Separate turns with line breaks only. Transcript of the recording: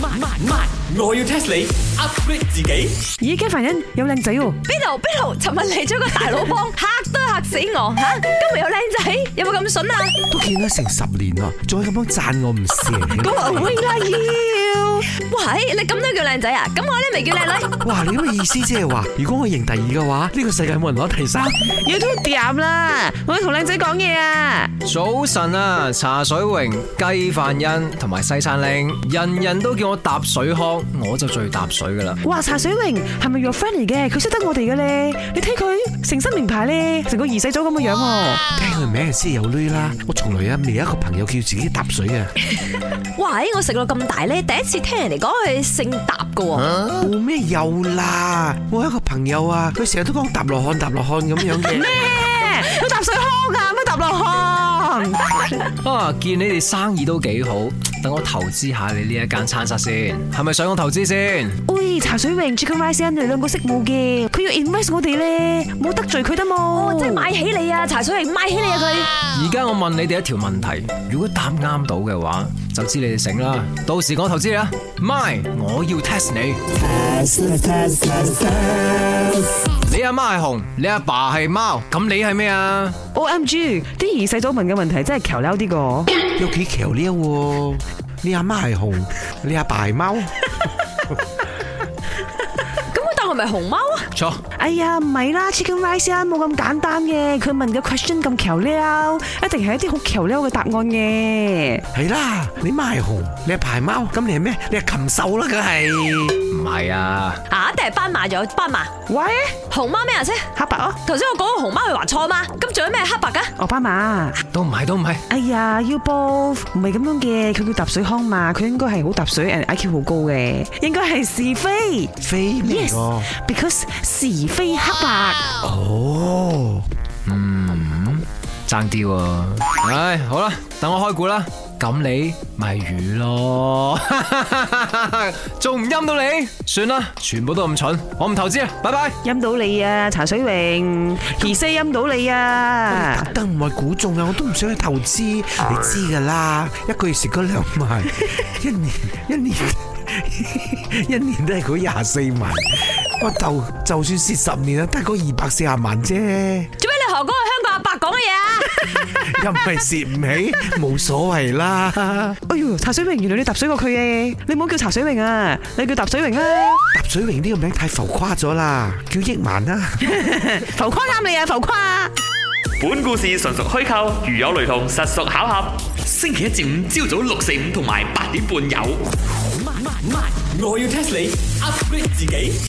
慢慢慢，我要 test 你 upgrade 自己。
咦，雞凡欣有靚仔喎，
邊度邊度？尋日嚟咗個大佬幫，嚇都嚇死我吓！今日有靚仔，有冇咁筍啊？
都見咗成十年啦，仲係咁樣讚我唔 成。
我話會啦要，喂，哎你咁都叫靚仔啊？咁我咧咪叫靚女。
哇！你咁嘅意思即係話，如果我認第二嘅話，呢、個世界冇人攞第三。
要都掂啦，我要同靚仔講嘢啊！
早晨啊，茶水榮、雞飯欣同埋西餐靚，人人都叫我搭水坑，我就最搭水噶啦。
哇，茶水榮係咪 your friend 嚟嘅？佢識得我哋嘅咧，你睇佢成身名牌咧，成個兒仔咗咁嘅樣喎。
聽佢名先有女啦，我從來啊未有一個朋友叫自己搭水啊嘅。
喂，哎我食到咁大咧，第一次聽人哋講佢姓搭嘅喎，
冇咩有啦，我有一個朋友啊，佢成日都講搭落汗搭落汗咁樣嘅。
佢搭水坑啊，乜搭落 坑？
啊，見你哋生意都幾好，等我投資下你呢一間餐室先，係咪想我投資先？
喂，茶水榮、Chicken Rice 你兩個識冇嘅，佢要 invest 我哋咧，冇得罪佢得冇？
我哦真係買起你啊！茶水係買起你啊佢。
而家我問你哋一條問題，如果答啱到嘅話，就知你哋醒啦。到時我投資啦，咪我要 test 你。你阿媽係熊，你阿爸係貓，咁你係咩啊？
O M G，啲兒細咗問嘅問題真係橋溜啲個。
有幾橋呢？喎？你阿媽係熊，你阿爸係貓，
咁佢當我咪熊貓啊？
錯，
哎呀，唔係啦，Chicken Rice 啊冇咁簡單嘅，佢問嘅 question 咁橋溜，一定係一啲好橋溜嘅答案嘅。
係啦，你媽係熊，你阿爸係貓，咁你係咩？你係禽獸啦，梗係。
唔係啊。
啊，一定係斑馬咗斑馬，
喂，
熊貓咩顏色？
黑白啊，
頭先我講個熊貓佢話錯嘛，咁仲有咩黑白噶？
奧巴馬。
都唔係，都唔係。
哎呀，U b o 唔係咁樣嘅，佢叫踏水康嘛，佢應該係好踏水，and IQ 好高嘅，應該係是非。
飛咩㗎
Yes，because 是非黑白。
哦，
爭啲喎。唉，好啦，等我開估啦。咁你咪魚咯， 仲唔陰到你？算啦，全部都咁蠢，我唔投資啦，拜拜。
陰到你啊，茶水榮，二西陰到你啊！
特登唔係估中啊，我都唔想去投資，你知㗎啦，一個月食嗰兩萬，一年一年 一年都係嗰廿四萬，我就就算蝕十年啊，得嗰二百四十萬啫。
做咩你學嗰個香港阿伯講嘅嘢啊？
又唔係蝕唔起，冇所謂啦。
哎呦，茶水榮，原來你踏水過佢嘅，你唔好叫茶水榮啊，你叫踏水榮啊！
踏水榮呢個名太浮誇咗啦，叫億萬啦。
浮誇啱你啊，浮誇！
本故事純屬虛構，如有雷同，實屬巧合。星期一至五朝早六四五同埋八點半有。慢慢慢，我要 test 你 upgrade 自己。